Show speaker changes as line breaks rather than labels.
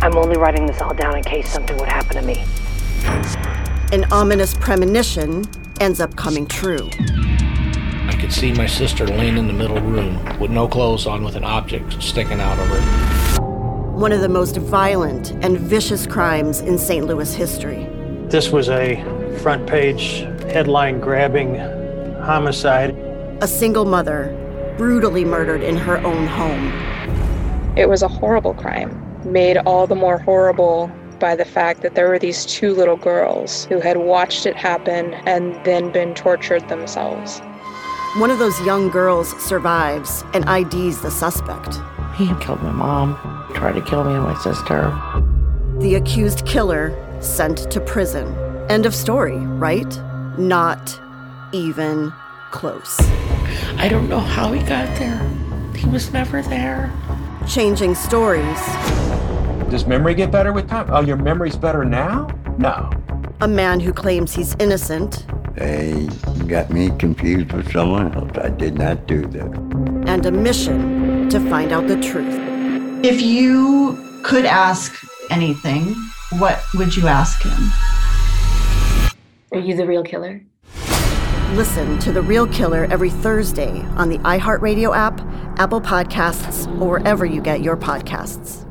I'm only writing this all down in case something would happen to me.
An ominous premonition ends up coming true.
I could see my sister laying in the middle room with no clothes on with an object sticking out of her.
One of the most violent and vicious crimes in St. Louis history.
This was a front page headline grabbing homicide.
A single mother brutally murdered in her own home.
It was a horrible crime, made all the more horrible by the fact that there were these two little girls who had watched it happen and then been tortured themselves.
One of those young girls survives and IDs the suspect.
He killed my mom, tried to kill me and my sister.
The accused killer sent to prison. End of story, right? Not even close.
I don't know how he got there. He was never there.
Changing stories,
Does memory get better with time? Oh, your memory's better now? No.
a man who claims he's innocent,
They got me confused with someone else. I did not do that.
and a mission to find out the truth.
If you could ask anything, what would you ask him?
Are you the real killer?
Listen to The Real Killer every Thursday on the iHeartRadio app, Apple Podcasts, or wherever you get your podcasts.